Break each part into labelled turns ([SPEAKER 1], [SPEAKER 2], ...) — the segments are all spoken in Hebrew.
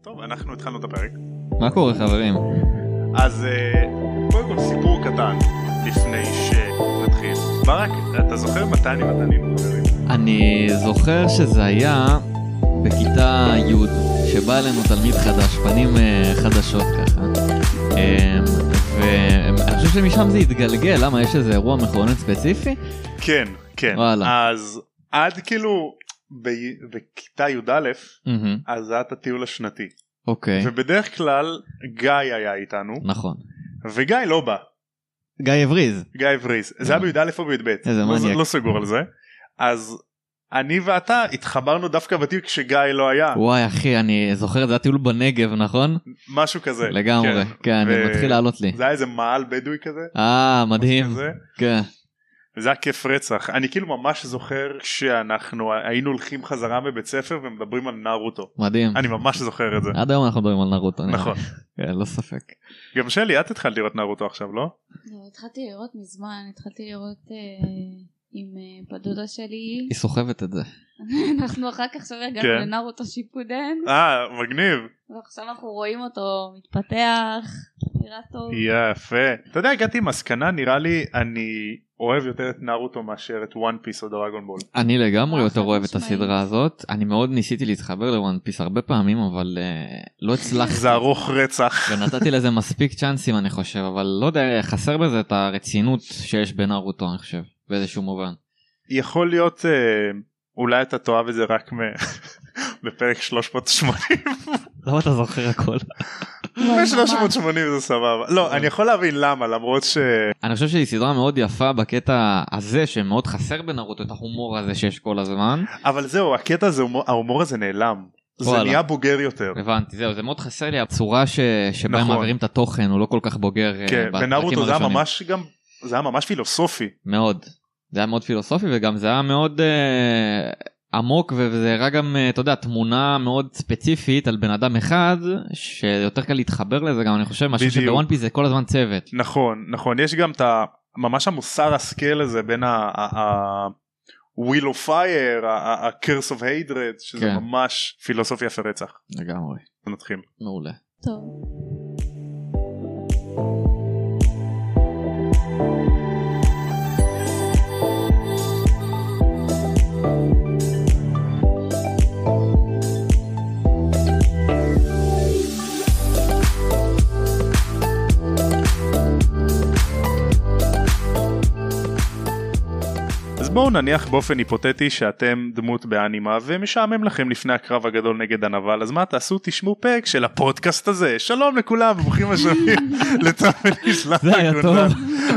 [SPEAKER 1] טוב, אנחנו התחלנו את הפרק.
[SPEAKER 2] מה קורה חברים?
[SPEAKER 1] אז אה, קודם כל סיפור קטן לפני שנתחיל. ברק, אתה זוכר מתי אני מתנינו חברים?
[SPEAKER 2] אני זוכר שזה היה בכיתה י' שבא אלינו תלמיד חדש, פנים אה, חדשות ככה. אה, ואני חושב שמשם זה התגלגל, למה יש איזה אירוע מכונן ספציפי?
[SPEAKER 1] כן, כן.
[SPEAKER 2] וואלה.
[SPEAKER 1] אז עד כאילו ב- בכיתה י"א,
[SPEAKER 2] מהמם,
[SPEAKER 1] אז זה היה את הטיול השנתי.
[SPEAKER 2] אוקיי,
[SPEAKER 1] ובדרך כלל גיא היה איתנו,
[SPEAKER 2] נכון.
[SPEAKER 1] וגיא לא בא.
[SPEAKER 2] גיא הבריז.
[SPEAKER 1] גיא הבריז. זה היה בי"א או בי"ב.
[SPEAKER 2] איזה
[SPEAKER 1] לא-
[SPEAKER 2] מניאק.
[SPEAKER 1] לא סגור על זה. אז אני ואתה התחברנו דווקא בטיול כשגיא לא היה.
[SPEAKER 2] וואי אחי, אני זוכר את זה היה טיול בנגב, נכון?
[SPEAKER 1] משהו כזה.
[SPEAKER 2] לגמרי, כן,
[SPEAKER 1] ו-
[SPEAKER 2] מתחיל לעלות לי.
[SPEAKER 1] זה היה איזה מעל בדואי כזה.
[SPEAKER 2] אה, מדהים,
[SPEAKER 1] כזה.
[SPEAKER 2] כן.
[SPEAKER 1] זה היה כיף רצח אני כאילו ממש זוכר שאנחנו היינו הולכים חזרה מבית ספר ומדברים על נרוטו
[SPEAKER 2] מדהים.
[SPEAKER 1] אני ממש זוכר את זה
[SPEAKER 2] עד היום אנחנו מדברים על נרוטו. נראה לי.
[SPEAKER 1] נכון
[SPEAKER 2] כן, לא ספק.
[SPEAKER 1] גם שלי את התחלת לראות נרוטו עכשיו לא?
[SPEAKER 3] לא, התחלתי לראות מזמן, התחלתי לראות אה, עם אה, בת דודה שלי,
[SPEAKER 2] היא סוחבת את זה.
[SPEAKER 3] אנחנו אחר כך שוב הגענו
[SPEAKER 1] כן.
[SPEAKER 3] לנרוטו שיפודן,
[SPEAKER 1] אה מגניב
[SPEAKER 3] ועכשיו אנחנו רואים אותו מתפתח, נראה טוב.
[SPEAKER 1] יפה אתה יודע הגעתי עם מסקנה נראה לי אני אוהב יותר את נרוטו מאשר את וואן פיס או דרגון בול
[SPEAKER 2] אני לגמרי
[SPEAKER 3] אה,
[SPEAKER 2] יותר
[SPEAKER 3] חד
[SPEAKER 2] אוהב את
[SPEAKER 3] משמעית.
[SPEAKER 2] הסדרה הזאת. אני מאוד ניסיתי להתחבר לוואן פיס הרבה פעמים, אבל אה, לא הצלחתי.
[SPEAKER 1] זה ארוך רצח
[SPEAKER 2] ונתתי לזה מספיק צ'אנסים אני חושב, אבל לא יודע, חסר בזה את הרצינות שיש בנרוטו אני חושב, באיזשהו מובן.
[SPEAKER 1] יכול להיות אה, אולי אתה תאהב את זה רק מ- בפרק 380
[SPEAKER 2] למה אתה זוכר הכל?
[SPEAKER 3] לא, ממש.
[SPEAKER 1] ב-380 זה סבבה לא אני יכול להבין למה למרות ש...
[SPEAKER 2] אני חושב שהיא סדרה מאוד יפה בקטע הזה שמאוד חסר בנרוטו, את ההומור הזה שיש כל הזמן.
[SPEAKER 1] אבל זהו הקטע הזה הומור- ההומור הזה נעלם זה
[SPEAKER 2] וואלה.
[SPEAKER 1] נהיה בוגר יותר
[SPEAKER 2] הבנתי, זהו, זה מאוד חסר לי הצורה ש... שבה הם
[SPEAKER 1] נכון.
[SPEAKER 2] מעבירים את התוכן, הוא לא כל כך בוגר. אה,
[SPEAKER 1] כן
[SPEAKER 2] בפרקים
[SPEAKER 1] ונרוטו זה היה
[SPEAKER 2] הראשונים.
[SPEAKER 1] ממש גם זה היה ממש פילוסופי
[SPEAKER 2] מאוד. זה היה מאוד פילוסופי וגם זה היה מאוד אה, עמוק וזה הראה גם, אה, אתה יודע, תמונה מאוד ספציפית על בן אדם אחד שיותר קל להתחבר לזה גם אני חושב, מאשר
[SPEAKER 1] בדיוק.
[SPEAKER 2] שבוואן פיס זה כל הזמן צוות.
[SPEAKER 1] נכון נכון יש גם את ה- ממש המוסר השכל הזה בין ה-will of fire ה-curse of hatred שזה
[SPEAKER 2] כן.
[SPEAKER 1] ממש פילוסופיה יפה רצח
[SPEAKER 2] לגמרי.
[SPEAKER 1] נתחיל
[SPEAKER 2] מעולה.
[SPEAKER 3] טוב.
[SPEAKER 1] אז בואו נניח באופן היפותטי שאתם דמות באנימה ומשעמם לכם לפני הקרב הגדול נגד הנבל אז מה תעשו תשמעו פרק של הפודקאסט הזה שלום לכולם ברוכים השבים לטאמני שלנו.
[SPEAKER 2] זה היה טוב.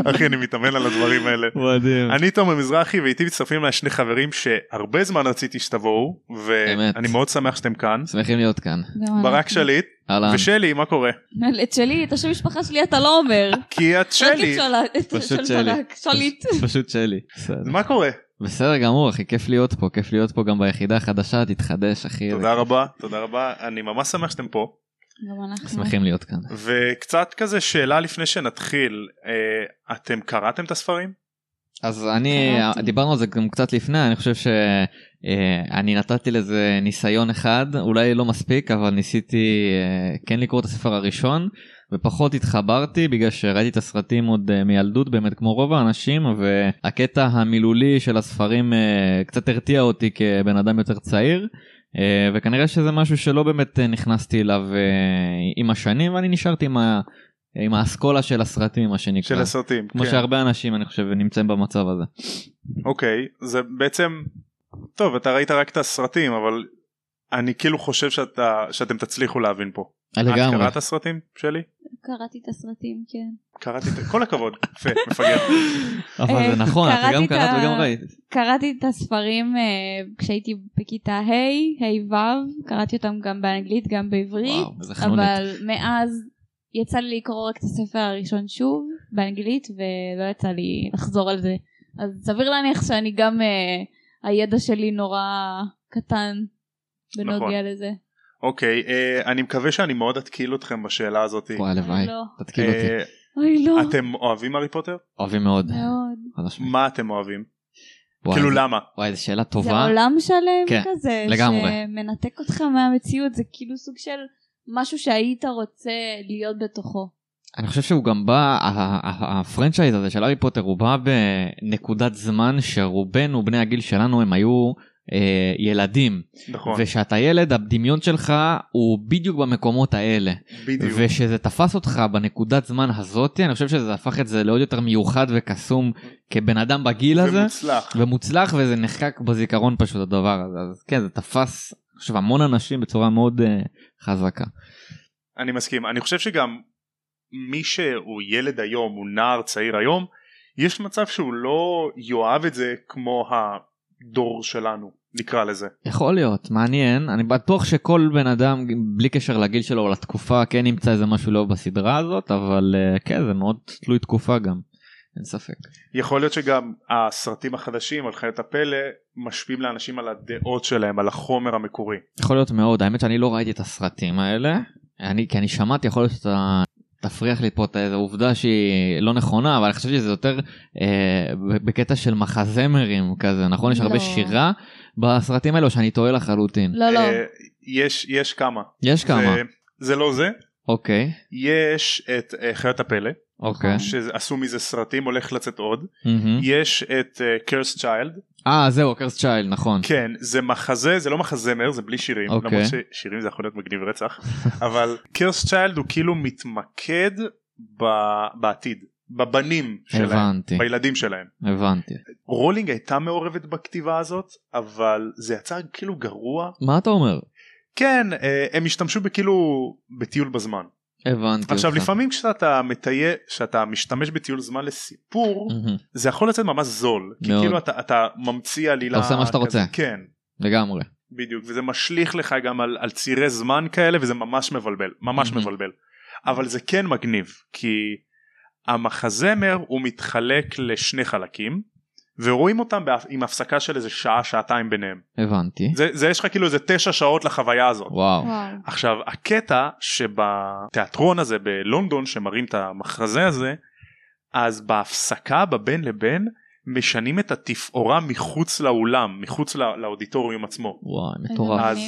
[SPEAKER 1] אחי אני מתאמן על הדברים האלה.
[SPEAKER 2] מדהים.
[SPEAKER 1] אני תומר מזרחי ואיתי מצטרפים אליי שני חברים שהרבה זמן רציתי שתבואו
[SPEAKER 2] אמת.
[SPEAKER 1] ואני מאוד שמח שאתם כאן.
[SPEAKER 2] שמחים להיות כאן.
[SPEAKER 3] גם
[SPEAKER 1] ברק
[SPEAKER 3] אנחנו.
[SPEAKER 1] שליט
[SPEAKER 2] אהלן.
[SPEAKER 1] ושלי מה קורה?
[SPEAKER 3] לא, את שלי, את השם משפחה שלי אתה לא אומר.
[SPEAKER 1] כי את
[SPEAKER 3] רק את
[SPEAKER 1] שלי.
[SPEAKER 3] שולה- את
[SPEAKER 2] פשוט
[SPEAKER 3] של
[SPEAKER 2] שלי.
[SPEAKER 3] ברק, שליט.
[SPEAKER 2] פשוט שלי. בסדר.
[SPEAKER 1] אז מה קורה?
[SPEAKER 2] בסדר גמור אחי, כיף להיות פה, כיף להיות פה גם ביחידה החדשה, תתחדש אחי.
[SPEAKER 1] תודה רבה תודה רבה אני ממש שמח שאתם פה.
[SPEAKER 3] גם אנחנו.
[SPEAKER 2] שמחים להיות כאן.
[SPEAKER 1] וקצת כזה שאלה לפני שנתחיל אה, אתם קראתם את הספרים?
[SPEAKER 2] אז אני
[SPEAKER 3] קראתי.
[SPEAKER 2] דיברנו על זה גם קצת לפני אני חושב שאני נתתי לזה ניסיון אחד אולי לא מספיק אבל ניסיתי אה, כן לקרוא את הספר הראשון ופחות התחברתי בגלל שראיתי את הסרטים עוד אה, מילדות באמת כמו רוב האנשים והקטע המילולי של הספרים אה, קצת הרתיע אותי כבן אדם יותר צעיר. אה, וכנראה שזה משהו שלא באמת אה, נכנסתי אליו אה, עם השנים ואני נשארתי עם, ה... עם האסכולה של הסרטים מה שנקרא.
[SPEAKER 1] של הסרטים.
[SPEAKER 2] כמו
[SPEAKER 1] כן.
[SPEAKER 2] שהרבה אנשים אני חושב נמצאים במצב הזה.
[SPEAKER 1] אוקיי זה בעצם טוב אתה ראית רק את הסרטים אבל אני כאילו חושב שאתה שאתם תצליחו להבין פה. את
[SPEAKER 2] אה, לגמרי.
[SPEAKER 1] אה, קראת הסרטים שלי?
[SPEAKER 3] קראתי את הסרטים, כן.
[SPEAKER 1] קראתי את כל הכבוד יפה מפגר.
[SPEAKER 2] אבל זה
[SPEAKER 3] אה,
[SPEAKER 2] נכון, אתה
[SPEAKER 3] קראתי
[SPEAKER 2] גם
[SPEAKER 3] את
[SPEAKER 2] קראת
[SPEAKER 3] ה-
[SPEAKER 2] וגם ראית.
[SPEAKER 3] קראתי את הספרים אה, כשהייתי בכיתה ה', ה'-ו', קראתי אותם גם באנגלית, גם בעברית,
[SPEAKER 2] וואו, איזה חנונית.
[SPEAKER 3] אבל מאז יצא לי לקרוא רק את הספר הראשון שוב, באנגלית, ולא יצא לי לחזור על זה. אז סביר להניח שאני גם, אה, הידע שלי נורא קטן בנוגע
[SPEAKER 2] נכון.
[SPEAKER 3] לזה.
[SPEAKER 1] אוקיי אה, אני מקווה שאני מאוד אתקיל אתכם בשאלה הזאת.
[SPEAKER 2] וואי, הלוואי.
[SPEAKER 3] אוי, לא.
[SPEAKER 2] תתקיל אותי.
[SPEAKER 1] אה,
[SPEAKER 3] אוי לא,
[SPEAKER 1] אתם אוהבים הארי פוטר?
[SPEAKER 2] אוהבים מאוד.
[SPEAKER 3] מאוד.
[SPEAKER 2] חד משמעית.
[SPEAKER 1] לא. מה אתם אוהבים?
[SPEAKER 2] וואי,
[SPEAKER 1] כאילו
[SPEAKER 2] זה-
[SPEAKER 1] למה?
[SPEAKER 2] וואי, זו שאלה
[SPEAKER 3] זה
[SPEAKER 2] טובה.
[SPEAKER 3] עולם שלם
[SPEAKER 2] כן,
[SPEAKER 3] כזה,
[SPEAKER 2] לגמרי.
[SPEAKER 3] שמנתק אותך מהמציאות, זה כאילו סוג של משהו שהיית רוצה להיות בתוכו.
[SPEAKER 2] אני חושב שהוא גם בא, ה- ה- ה- הפרנצ'ייז הזה של הארי פוטר הוא בא בנקודת זמן שרובנו בני הגיל שלנו הם היו אה, ילדים.
[SPEAKER 1] נכון,
[SPEAKER 2] וכשאתה ילד הדמיון שלך הוא בדיוק במקומות האלה.
[SPEAKER 1] בדיוק.
[SPEAKER 2] ושזה תפס אותך בנקודת זמן הזאת, אני חושב שזה הפך את זה לעוד יותר מיוחד וקסום כבן אדם בגיל הזה.
[SPEAKER 1] ומוצלח.
[SPEAKER 2] ומוצלח וזה נחקק בזיכרון פשוט הדבר הזה. אז כן זה תפס עכשיו המון אנשים בצורה מאוד אה, חזקה.
[SPEAKER 1] אני מסכים אני חושב שגם מי שהוא ילד היום הוא נער צעיר היום יש מצב שהוא לא יאהב את זה כמו הדור שלנו נקרא לזה
[SPEAKER 2] יכול להיות מעניין אני בטוח שכל בן אדם בלי קשר לגיל שלו או לתקופה כן ימצא איזה משהו לא בסדרה הזאת אבל אה, כן זה מאוד תלוי תקופה גם. אין ספק.
[SPEAKER 1] יכול להיות שגם הסרטים החדשים על חיות הפלא משפיעים לאנשים על הדעות שלהם על החומר המקורי
[SPEAKER 2] יכול להיות מאוד האמת שאני לא ראיתי את הסרטים האלה אני כי אני שמעתי יכול להיות שאתה. תפריח לי פה את איזו עובדה שהיא לא נכונה אבל אני חושב שזה יותר אה, ב- בקטע של מחזמרים כזה נכון יש הרבה
[SPEAKER 3] לא.
[SPEAKER 2] שירה בסרטים האלו או שאני טועה לחלוטין
[SPEAKER 3] לא, לא.
[SPEAKER 1] אה, יש יש כמה
[SPEAKER 2] יש כמה
[SPEAKER 1] זה, זה לא זה
[SPEAKER 2] אוקיי
[SPEAKER 1] יש את אה, חיות הפלא
[SPEAKER 2] אוקיי
[SPEAKER 1] נכון. שעשו מזה סרטים הולך לצאת עוד
[SPEAKER 2] מהמם.
[SPEAKER 1] יש את קרס צ'יילד
[SPEAKER 2] אה זהו קרס צ'יילד נכון
[SPEAKER 1] כן זה מחזה זה לא מחזמר זה בלי שירים okay.
[SPEAKER 2] אוקיי.
[SPEAKER 1] למרות ששירים זה יכול להיות מגניב רצח אבל קרס צ'יילד הוא כאילו מתמקד ב... בעתיד בבנים שלהם
[SPEAKER 2] הבנתי
[SPEAKER 1] בילדים שלהם
[SPEAKER 2] הבנתי
[SPEAKER 1] רולינג הייתה מעורבת בכתיבה הזאת אבל זה יצא כאילו גרוע
[SPEAKER 2] מה אתה אומר
[SPEAKER 1] כן אה, הם השתמשו בכאילו בטיול בזמן
[SPEAKER 2] הבנתי
[SPEAKER 1] עכשיו
[SPEAKER 2] אותך.
[SPEAKER 1] לפעמים כשאתה מטייל כשאתה משתמש בטיול זמן לסיפור
[SPEAKER 2] מהמם.
[SPEAKER 1] זה יכול לצאת ממש זול כי
[SPEAKER 2] Mm. מאוד.
[SPEAKER 1] כאילו אתה, אתה ממציא עלילה
[SPEAKER 2] אתה עושה מה שאתה
[SPEAKER 1] כזה.
[SPEAKER 2] רוצה.
[SPEAKER 1] כן
[SPEAKER 2] לגמרי
[SPEAKER 1] בדיוק וזה משליך לך גם על, על צירי זמן כאלה וזה ממש מבלבל ממש
[SPEAKER 2] מהמם.
[SPEAKER 1] מבלבל אבל זה כן מגניב כי המחזמר הוא מתחלק לשני חלקים ורואים אותם בהפ... עם הפסקה של איזה שעה שעתיים ביניהם
[SPEAKER 2] הבנתי
[SPEAKER 1] זה, זה יש לך כאילו איזה תשע שעות לחוויה הזאת
[SPEAKER 2] וואו
[SPEAKER 3] וואו.
[SPEAKER 1] עכשיו הקטע שבתיאטרון הזה בלונדון שמראים את המחזה הזה אז בהפסקה בבין לבין משנים את התפאורה מחוץ לאולם מחוץ לא- לאודיטוריום עצמו
[SPEAKER 2] וואי מטורף
[SPEAKER 1] אז-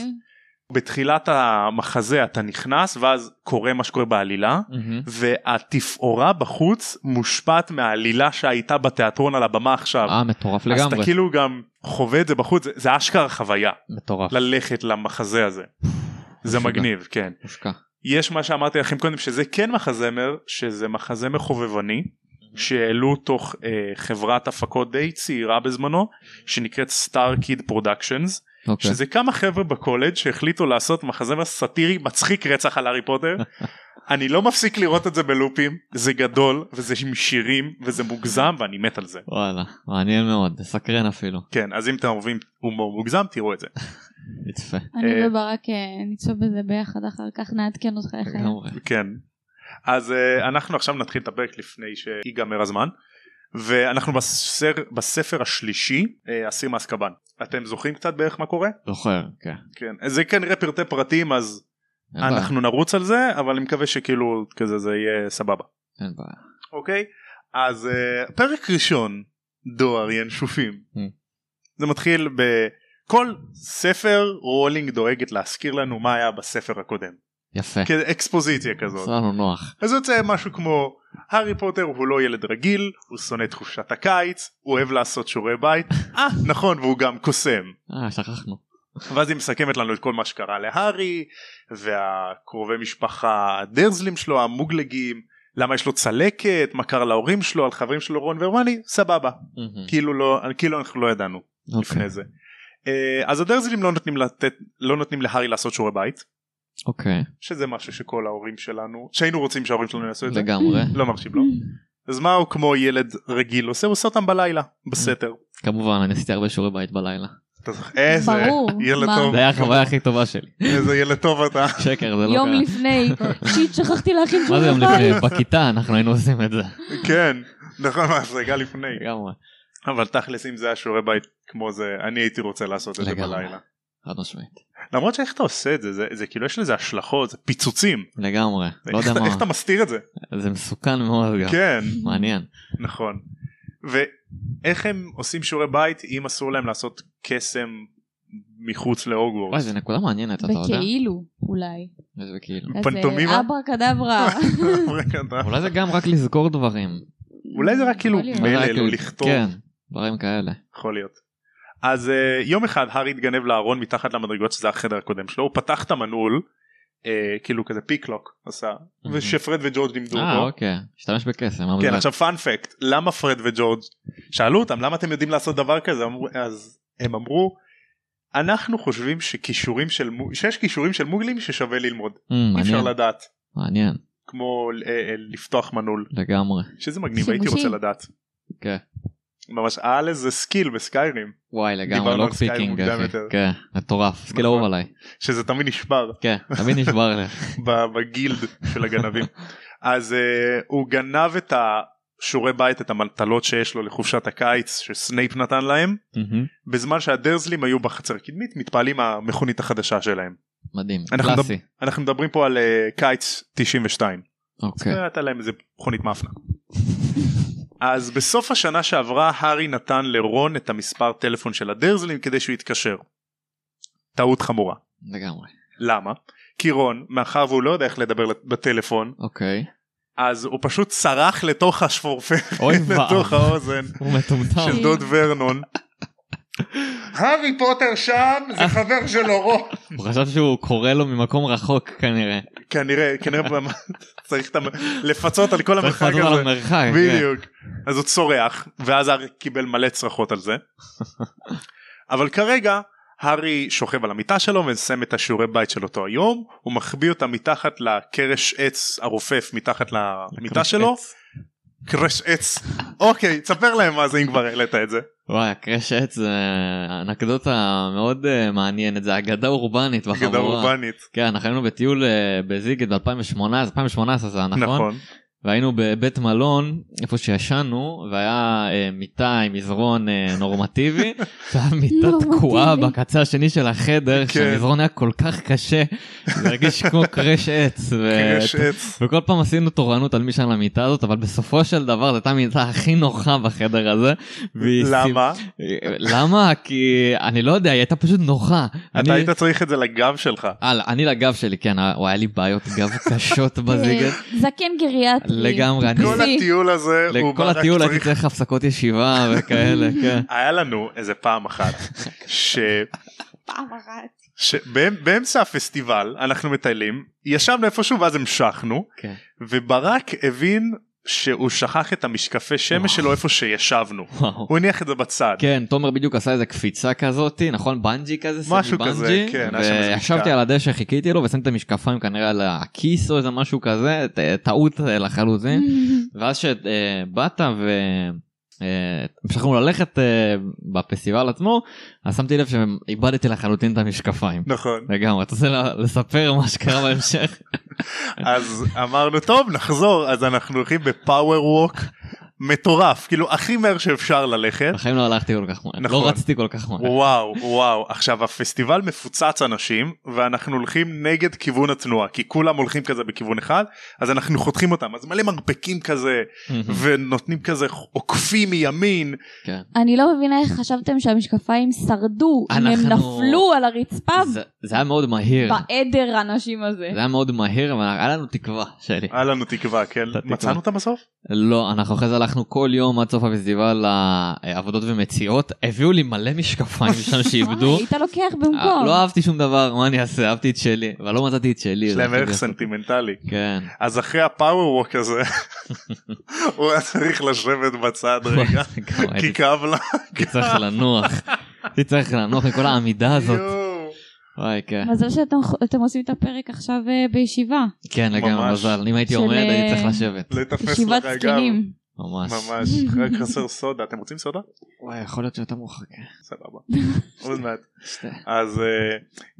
[SPEAKER 1] בתחילת המחזה אתה נכנס ואז קורה מה שקורה בעלילה
[SPEAKER 2] מהמם.
[SPEAKER 1] והתפאורה בחוץ מושפעת מהעלילה שהייתה בתיאטרון על הבמה עכשיו.
[SPEAKER 2] אה מטורף
[SPEAKER 1] אז אתה
[SPEAKER 2] לגמרי
[SPEAKER 1] כאילו גם חווה את זה בחוץ זה, זה אשכרה חוויה
[SPEAKER 2] מטורף
[SPEAKER 1] ללכת למחזה הזה. זה
[SPEAKER 2] משוגע.
[SPEAKER 1] מגניב כן.
[SPEAKER 2] מושקע.
[SPEAKER 1] יש מה שאמרתי לכם קודם שזה כן מחזמר שזה מחזמר חובבני
[SPEAKER 2] Mhm.
[SPEAKER 1] שהעלו תוך אה, חברת הפקות די צעירה בזמנו שנקראת סטאר קיד פרודקשנס
[SPEAKER 2] אוקיי.
[SPEAKER 1] שזה כמה חבר'ה בקולג' שהחליטו לעשות מחזמר סאטירי מצחיק רצח על הארי פוטר. אני לא מפסיק לראות את זה בלופים זה גדול וזה עם שירים וזה מוגזם ואני מת על זה
[SPEAKER 2] וואלה מעניין מאוד מסקרן אפילו
[SPEAKER 1] כן אז אם אתם אוהבים הומור מוגזם תראו את זה
[SPEAKER 2] יפה
[SPEAKER 3] אני
[SPEAKER 1] אה,
[SPEAKER 3] וברק אה, נצטוב בזה ביחד אחר כך נעדכן אותך איך היה.
[SPEAKER 2] לגמרי
[SPEAKER 1] כן אז אה, אנחנו עכשיו נתחיל את הפרק לפני שיגמר הזמן ואנחנו בסר, בספר השלישי אה, אסיר מאסקבן אתם זוכרים קצת בערך מה קורה
[SPEAKER 2] זוכר כן.
[SPEAKER 1] כן זה כנראה פרטי פרטים אז
[SPEAKER 2] אין בעיה,
[SPEAKER 1] אנחנו נרוץ על זה אבל אני מקווה שכאילו כזה זה יהיה סבבה.
[SPEAKER 2] אין בעיה.
[SPEAKER 1] אוקיי אז uh, פרק ראשון דואר ינשופים
[SPEAKER 2] Mm.
[SPEAKER 1] זה מתחיל בכל ספר רולינג דואגת להזכיר לנו מה היה בספר הקודם
[SPEAKER 2] יפה
[SPEAKER 1] כאקספוזיציה
[SPEAKER 2] עשה
[SPEAKER 1] כזאת
[SPEAKER 2] לנו נוח
[SPEAKER 1] כן, אז יוצא משהו כמו הארי פוטר הוא לא ילד רגיל הוא שונא את חופשת הקיץ הוא אוהב לעשות שיעורי בית אה נכון והוא גם קוסם
[SPEAKER 2] אה שכחנו
[SPEAKER 1] ואז היא מסכמת לנו את כל מה שקרה להארי והקרובי משפחה הדרזלים שלו המוגלגים למה יש לו צלקת מה קרה להורים שלו על חברים שלו רון והרמני סבבה
[SPEAKER 2] מהמם.
[SPEAKER 1] כאילו לא כאילו אנחנו לא ידענו לפני
[SPEAKER 2] אוקיי.
[SPEAKER 1] זה. אה, אז הדרזלים לא נותנים לתת לא נותנים להארי לעשות שיעורי בית
[SPEAKER 2] אוקיי
[SPEAKER 1] שזה משהו שכל ההורים שלנו שהיינו רוצים שההורים שלנו יעשו את זה
[SPEAKER 2] לגמרי
[SPEAKER 1] לא מרשים לו
[SPEAKER 3] Mm.
[SPEAKER 1] אז מה הוא כמו ילד רגיל עושה הוא עושה אותם בלילה בסתר.
[SPEAKER 2] כמובן אני עשיתי הרבה שיעורי בית בלילה
[SPEAKER 1] אתה זוכר- איזה
[SPEAKER 3] ברור,
[SPEAKER 1] ילד
[SPEAKER 3] מה?
[SPEAKER 1] טוב
[SPEAKER 2] זה היה החוויה הכי טובה שלי
[SPEAKER 1] איזה ילד טוב אתה.
[SPEAKER 2] שקר זה לא
[SPEAKER 3] יום
[SPEAKER 2] קרה
[SPEAKER 3] לפני, שיט שכחתי להכין
[SPEAKER 2] מה זה יום
[SPEAKER 3] שולחן.
[SPEAKER 2] לפני בכיתה אנחנו היינו עושים את זה
[SPEAKER 1] כן נכון מה זה רגע לפני
[SPEAKER 2] לגמרי
[SPEAKER 1] אבל תכלס אם זה היה שיעורי בית כמו זה אני הייתי רוצה לעשות את זה
[SPEAKER 2] לגמרי.
[SPEAKER 1] בלילה
[SPEAKER 2] חד משמעית
[SPEAKER 1] למרות שאיך אתה עושה את זה זה, זה כאילו יש לזה השלכות זה פיצוצים
[SPEAKER 2] לגמרי לא
[SPEAKER 1] איך,
[SPEAKER 2] יודע
[SPEAKER 1] אתה- איך אתה
[SPEAKER 2] מה
[SPEAKER 1] מסתיר את זה
[SPEAKER 2] זה מסוכן מאוד גם
[SPEAKER 1] כן
[SPEAKER 2] מעניין
[SPEAKER 1] נכון ואיך הם עושים שיעורי בית אם אסור להם לעשות קסם מחוץ להוגוורטס.
[SPEAKER 2] וואי, זו נקודה מעניינת, אתה יודע?
[SPEAKER 3] בכאילו, אולי.
[SPEAKER 2] איזה כאילו.
[SPEAKER 3] אז, אה,
[SPEAKER 1] פנטומימה?
[SPEAKER 3] אברה קדברה.
[SPEAKER 1] רגע, אתה-
[SPEAKER 2] אולי זה גם רק לזכור דברים.
[SPEAKER 1] אולי זה רק כאילו
[SPEAKER 3] יכול להיות.
[SPEAKER 1] מלל,
[SPEAKER 2] אולי רק
[SPEAKER 1] או
[SPEAKER 2] ל-
[SPEAKER 1] לכתוב.
[SPEAKER 2] כן, דברים כאלה.
[SPEAKER 1] יכול להיות. אז אה, יום אחד הארי התגנב לארון מתחת למדרגות שזה החדר הקודם שלו הוא פתח את המנעול אה, כאילו כזה פיקלוק עשה ושפרד וג'ורג' לימדו
[SPEAKER 2] אה,
[SPEAKER 1] אותו.
[SPEAKER 2] אוקיי. השתמש בקסם. מה
[SPEAKER 1] כן
[SPEAKER 2] מוזר.
[SPEAKER 1] עכשיו פאנפקט למה פרד וג'ורג' שאלו אותם למה אתם יודעים לעשות דבר כזה אמרו- אז הם אמרו אנחנו חושבים שכישורים של מו- שיש כישורים של מוגלים ששווה ללמוד
[SPEAKER 2] אמ,
[SPEAKER 1] אי אפשר
[SPEAKER 2] מעניין,
[SPEAKER 1] לדעת
[SPEAKER 2] מעניין,
[SPEAKER 1] כמו אה, אה, לפתוח מנעול
[SPEAKER 2] לגמרי.
[SPEAKER 1] שזה מגניב הייתי
[SPEAKER 3] שימושי.
[SPEAKER 1] רוצה לדעת
[SPEAKER 2] כן.
[SPEAKER 1] ממש היה לזה סקיל בסקיירים
[SPEAKER 2] וואי,
[SPEAKER 1] דיברנו
[SPEAKER 2] לגמרי,
[SPEAKER 1] על
[SPEAKER 2] לוק
[SPEAKER 1] סקאי
[SPEAKER 2] פיקינג,
[SPEAKER 1] מוקדם
[SPEAKER 2] אחי.
[SPEAKER 1] יותר. נכון.
[SPEAKER 2] כן, מטורף. סקיל אהוב עליי.
[SPEAKER 1] שזה תמיד נשבר.
[SPEAKER 2] כן, תמיד נשבר לך.
[SPEAKER 1] ב- בגילד של הגנבים. אז uh, הוא גנב את השיעורי בית את המטלות שיש לו לחופשת הקיץ שסנייפ נתן להם
[SPEAKER 2] מהמם.
[SPEAKER 1] בזמן שהדרזלים היו בחצר הקדמית מתפעלים מהמכונית החדשה שלהם.
[SPEAKER 2] מדהים,
[SPEAKER 1] אנחנו
[SPEAKER 2] קלאסי.
[SPEAKER 1] אנחנו מדברים פה על uh, קיץ 92.
[SPEAKER 2] אוקיי.
[SPEAKER 1] הייתה להם איזה מכונית מאפנה. אז בסוף השנה שעברה הארי נתן לרון את המספר טלפון של הדרזלים כדי שהוא יתקשר. טעות חמורה.
[SPEAKER 2] לגמרי.
[SPEAKER 1] למה? כי רון מאחר והוא לא יודע איך לדבר בטלפון
[SPEAKER 2] אוקיי.
[SPEAKER 1] אז הוא פשוט צרח לתוך השפורפרת,
[SPEAKER 2] אוי
[SPEAKER 1] לתוך
[SPEAKER 2] ואבוי.
[SPEAKER 1] האוזן
[SPEAKER 2] הוא מטומטם.
[SPEAKER 1] של דוד ורנון. הארי פוטר שם
[SPEAKER 2] אה.
[SPEAKER 1] זה חבר שלו רון.
[SPEAKER 2] הוא חשב שהוא קורא לו ממקום רחוק כנראה.
[SPEAKER 1] כנראה כנראה במ- צריך את המ- לפצות על כל
[SPEAKER 2] צריך
[SPEAKER 1] המרחק
[SPEAKER 2] לעשות על
[SPEAKER 1] הזה.
[SPEAKER 2] המרחק. כן.
[SPEAKER 1] בדיוק. אז הוא צורח ואז הארי קיבל מלא צרחות על זה. אבל כרגע הארי שוכב על המיטה שלו ושם את השיעורי בית של אותו היום הוא מחביא אותה מתחת לקרש עץ הרופף מתחת למיטה שלו.
[SPEAKER 2] קרש
[SPEAKER 1] קרש
[SPEAKER 2] עץ.
[SPEAKER 1] עץ. אוקיי, תספר להם מה זה אם כבר העלית את זה.
[SPEAKER 2] וואי, הקרש עץ זה אנקדוטה מאוד אה, מעניינת, זה אגדה אורבנית
[SPEAKER 1] גדה
[SPEAKER 2] בחבורה.
[SPEAKER 1] אורבנית.
[SPEAKER 2] כן, אנחנו היינו בטיול אה, בזיגד ב-2018, 2018 זה היה, נכון?
[SPEAKER 1] נכון.
[SPEAKER 2] והיינו בבית מלון איפה שישנו והיה אה, מיטה עם מזרון אה, נורמטיבי והיה מיטה
[SPEAKER 3] נורמטיבי.
[SPEAKER 2] תקועה בקצה השני של החדר
[SPEAKER 1] כן.
[SPEAKER 2] שהמזרון היה כל כך קשה זה הרגיש כמו קרש עץ. ו-
[SPEAKER 1] קרש עץ.
[SPEAKER 2] וכל פעם עשינו תורנות על מי שם למיטה הזאת אבל בסופו של דבר זו הייתה המיטה הכי נוחה בחדר הזה. והיא
[SPEAKER 1] למה?
[SPEAKER 2] למה? כי אני לא יודע, היא הייתה פשוט נוחה.
[SPEAKER 1] אתה
[SPEAKER 2] אני-
[SPEAKER 1] היית צריך את זה לגב שלך.
[SPEAKER 2] אה, לא, אני לגב שלי, כן, אה, וואי, היה לי בעיות גב קשות בזיגר.
[SPEAKER 3] זקן גריאטרי.
[SPEAKER 2] לגמרי, אני-
[SPEAKER 1] כל
[SPEAKER 3] טיפוסי.
[SPEAKER 1] הטיול הזה הוא
[SPEAKER 2] לכל
[SPEAKER 1] רק
[SPEAKER 2] הטיול הייתי
[SPEAKER 1] צריך-
[SPEAKER 2] צריך הפסקות ישיבה וכאלה, כן.
[SPEAKER 1] היה לנו איזה פעם אחת ש...
[SPEAKER 3] פעם אחת.
[SPEAKER 1] שבאמצע הפסטיבל אנחנו מטיילים ישבנו איפשהו ואז המשכנו
[SPEAKER 2] כן.
[SPEAKER 1] וברק הבין שהוא שכח את המשקפי שמש שלו איפה שישבנו
[SPEAKER 2] וואו.
[SPEAKER 1] הוא הניח את זה בצד
[SPEAKER 2] כן, תומר בדיוק עשה איזה קפיצה כזאת, נכון? בנג'י כזה? סמי
[SPEAKER 1] משהו כזה,
[SPEAKER 2] בנג'י?
[SPEAKER 1] כן, היה שם איזה
[SPEAKER 2] וישבתי
[SPEAKER 1] משקל.
[SPEAKER 2] על הדשא, חיכיתי לו ושמתי את המשקפיים כנראה על הכיס או איזה משהו כזה, ט- טעות אה, לחלוטין. ואז שבאת ו... אה, המשכנו ללכת אה, בפסטיבל עצמו, אז שמתי לב שאיבדתי לחלוטין את המשקפיים.
[SPEAKER 1] נכון
[SPEAKER 2] לגמרי, אתה רוצה ל- לספר מה שקרה בהמשך?
[SPEAKER 1] אז אמרנו טוב נחזור אז אנחנו הולכים בפאוור ווק מטורף כאילו הכי מהר שאפשר ללכת
[SPEAKER 2] בחיים לא הלכתי כל כך מהר,
[SPEAKER 1] כן. נכון.
[SPEAKER 2] לא רצתי כל כך מהר.
[SPEAKER 1] וואו וואו עכשיו הפסטיבל מפוצץ אנשים ואנחנו הולכים נגד כיוון התנועה כי כולם הולכים כזה בכיוון אחד אז אנחנו חותכים אותם אז מלא מרפקים כזה ונותנים כזה עוקפים מימין
[SPEAKER 2] כן.
[SPEAKER 3] אני לא מבינה איך חשבתם שהמשקפיים שרדו, אם הם
[SPEAKER 2] אנחנו-
[SPEAKER 3] נפלו על הרצפה
[SPEAKER 2] זה- זה היה מאוד מהיר,
[SPEAKER 3] בעדר הנשים הזה.
[SPEAKER 2] זה היה מאוד מהיר, אבל היה לנו תקווה, שלי.
[SPEAKER 1] היה לנו תקווה כן
[SPEAKER 2] אתה תקווה.
[SPEAKER 1] מצאנו אותה בסוף
[SPEAKER 2] לא, אנחנו אחרי זה הלכנו כל יום עד סוף הפסטיבל לעבודות ומציאות, הביאו לי מלא משקפיים שם שאיבדו.
[SPEAKER 3] וואי, היית לוקח
[SPEAKER 2] אה,
[SPEAKER 3] במקום.
[SPEAKER 2] לא אהבתי שום דבר, מה אני אעשה? אהבתי את שלי, אבל לא מצאתי את שלי.
[SPEAKER 1] יש
[SPEAKER 2] זה
[SPEAKER 1] להם
[SPEAKER 2] הכי
[SPEAKER 1] ערך
[SPEAKER 2] גרוע.
[SPEAKER 1] סנטימנטלי
[SPEAKER 2] כן.
[SPEAKER 1] אז אחרי הפאוור ווק הזה הוא היה צריך לשבת בצד רגע
[SPEAKER 2] גם
[SPEAKER 1] כי
[SPEAKER 2] הייתי
[SPEAKER 1] כאב לה.
[SPEAKER 2] הייתי צריך לנוח. הייתי צריך לנוח מכל העמידה הזאת.
[SPEAKER 1] יואו.
[SPEAKER 2] וואי, כן.
[SPEAKER 3] מזל שאתם אתם עושים את הפרק עכשיו אה, בישיבה.
[SPEAKER 2] כן, לגמרי
[SPEAKER 1] ממש.
[SPEAKER 2] מזל. אם הייתי
[SPEAKER 3] של-
[SPEAKER 2] עומד, הייתי צריך לשבת.
[SPEAKER 1] לא ייתפס
[SPEAKER 3] ישיבת
[SPEAKER 1] לך אגב.
[SPEAKER 3] זקנים.
[SPEAKER 2] ממש.
[SPEAKER 1] ממש רק חסר סודה אתם רוצים סודה?
[SPEAKER 2] וואי, יכול להיות שאתה מורחק.
[SPEAKER 1] סבבה. עוד מעט. אז אה,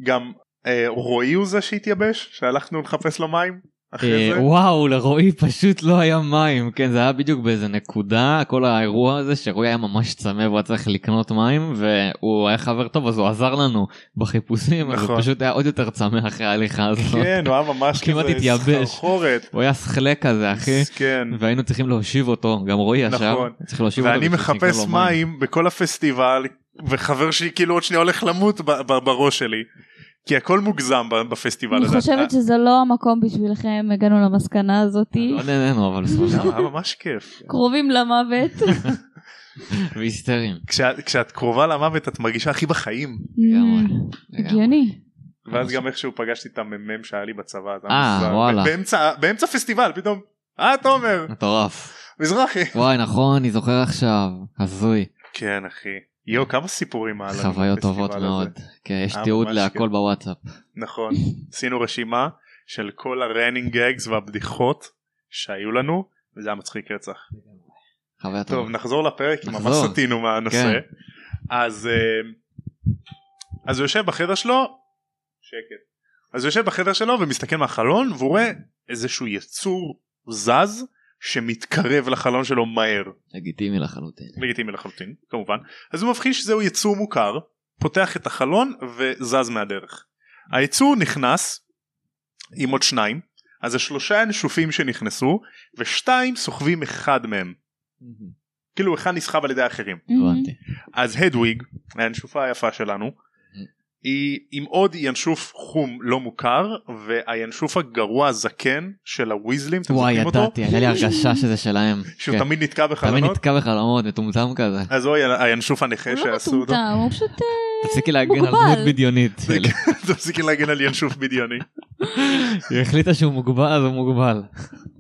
[SPEAKER 1] גם אה, רועי הוא זה שהתייבש שהלכנו לחפש לו מים
[SPEAKER 2] אה,
[SPEAKER 1] אחרי זה.
[SPEAKER 2] וואו, לרועי פשוט לא היה מים. כן, זה היה בדיוק באיזה נקודה, כל האירוע הזה, שרועי היה ממש צמא והוא היה צריך לקנות מים, והוא היה חבר טוב, אז הוא עזר לנו בחיפושים, אז הוא
[SPEAKER 1] נכון.
[SPEAKER 2] פשוט היה עוד יותר צמא אחרי ההליכה הזאת.
[SPEAKER 1] כן הוא היה ממש
[SPEAKER 2] כמעט
[SPEAKER 1] כזה
[SPEAKER 2] התייבש.
[SPEAKER 1] סחרחורת.
[SPEAKER 2] הוא היה סחלה כזה, אחי.
[SPEAKER 1] כן.
[SPEAKER 2] והיינו צריכים להושיב אותו, גם רועי ישב,
[SPEAKER 1] נכון.
[SPEAKER 2] צריך להושיב אותו.
[SPEAKER 1] ואני
[SPEAKER 2] בשביל שיקנו
[SPEAKER 1] מחפש
[SPEAKER 2] לו
[SPEAKER 1] מים בכל הפסטיבל וחבר שלי כאילו עוד שנייה הולך למות ב- ב- בראש שלי. כי הכל מוגזם ב- בפסטיבל
[SPEAKER 3] אני
[SPEAKER 1] הזה.
[SPEAKER 2] אה.
[SPEAKER 3] חושבת שזה לא המקום בשבילכם, הגענו למסקנה הזאתי.
[SPEAKER 2] לא נהנינו אבל בסדר.
[SPEAKER 1] למה? היה אה, ממש כיף.
[SPEAKER 3] קרובים למוות.
[SPEAKER 2] והיסטריים.
[SPEAKER 1] כשה- כשאת קרובה למוות את מרגישה הכי בחיים.
[SPEAKER 2] לגמרי.
[SPEAKER 3] Mm, הגיוני. Mm-hmm.
[SPEAKER 1] ואז גם איכשהו פגשתי את המ"מ שהיה לי בצבא. אז
[SPEAKER 2] אה,
[SPEAKER 1] המזרח-
[SPEAKER 2] וואלה.
[SPEAKER 1] באמצע- באמצע פסטיבל פתאום. אה תומר
[SPEAKER 2] מטורף.
[SPEAKER 1] מזרחי.
[SPEAKER 2] וואי נכון אני זוכר עכשיו הזוי
[SPEAKER 1] כן אחי. יואו כמה סיפורים היה לנו
[SPEAKER 2] חוויות
[SPEAKER 1] בפסטיבל
[SPEAKER 2] טובות
[SPEAKER 1] הזה.
[SPEAKER 2] מאוד. כן יש
[SPEAKER 1] היה
[SPEAKER 2] תיעוד
[SPEAKER 1] אה, ממש
[SPEAKER 2] להכל
[SPEAKER 1] כיף.
[SPEAKER 2] בוואטסאפ.
[SPEAKER 1] נכון עשינו רשימה של כל הרנינג גגס והבדיחות שהיו לנו וזה היה מצחיק רצח.
[SPEAKER 2] חוויה
[SPEAKER 1] טוב
[SPEAKER 2] טובה.
[SPEAKER 1] נחזור לפרק כי ממש
[SPEAKER 2] נחזור.
[SPEAKER 1] סטינו מהנושא
[SPEAKER 2] כן.
[SPEAKER 1] אז אה, אז הוא יושב בחדר שלו שקט אז הוא יושב בחדר שלו ומסתכל מהחלון והוא רואה איזשהו יצור זז שמתקרב לחלון שלו מהר
[SPEAKER 2] לגיטימי לחלוטין.
[SPEAKER 1] לגיטימי לחלוטין כמובן אז הוא מבחין שזהו יצור מוכר פותח את החלון וזז מהדרך היצור נכנס עם עוד שניים אז זה שלושה ינשופים שנכנסו ושתיים סוחבים אחד מהם כאילו אחד נסחב על ידי האחרים
[SPEAKER 2] הבנתי.
[SPEAKER 1] אז הדוויג הינשופה היפה שלנו
[SPEAKER 2] Mm-hmm.
[SPEAKER 1] היא עם עוד ינשוף חום לא מוכר והינשוף הגרוע הזקן של הוויזלים אתם
[SPEAKER 2] וואי
[SPEAKER 1] זוכרים אותו
[SPEAKER 2] ידעתי היה לי הרגשה שזה שלהם.
[SPEAKER 1] שהוא
[SPEAKER 2] כן.
[SPEAKER 1] תמיד נתקע
[SPEAKER 2] תמיד
[SPEAKER 1] בחלונות
[SPEAKER 2] נתקע בחלומות מטומטם כזה.
[SPEAKER 1] אז הוא היה- הינשוף הנכה
[SPEAKER 3] הוא לא
[SPEAKER 1] שעשו אותו.
[SPEAKER 3] מטומטם, הוא פשוט... אה,
[SPEAKER 2] תפסיקי להגן על
[SPEAKER 3] מוגבל.
[SPEAKER 2] דמות בדיונית. כאילו.
[SPEAKER 1] כן. תפסיקי להגן על ינשוף בדיוני.
[SPEAKER 2] היא החליטה שהוא מוגבל אז הוא מוגבל.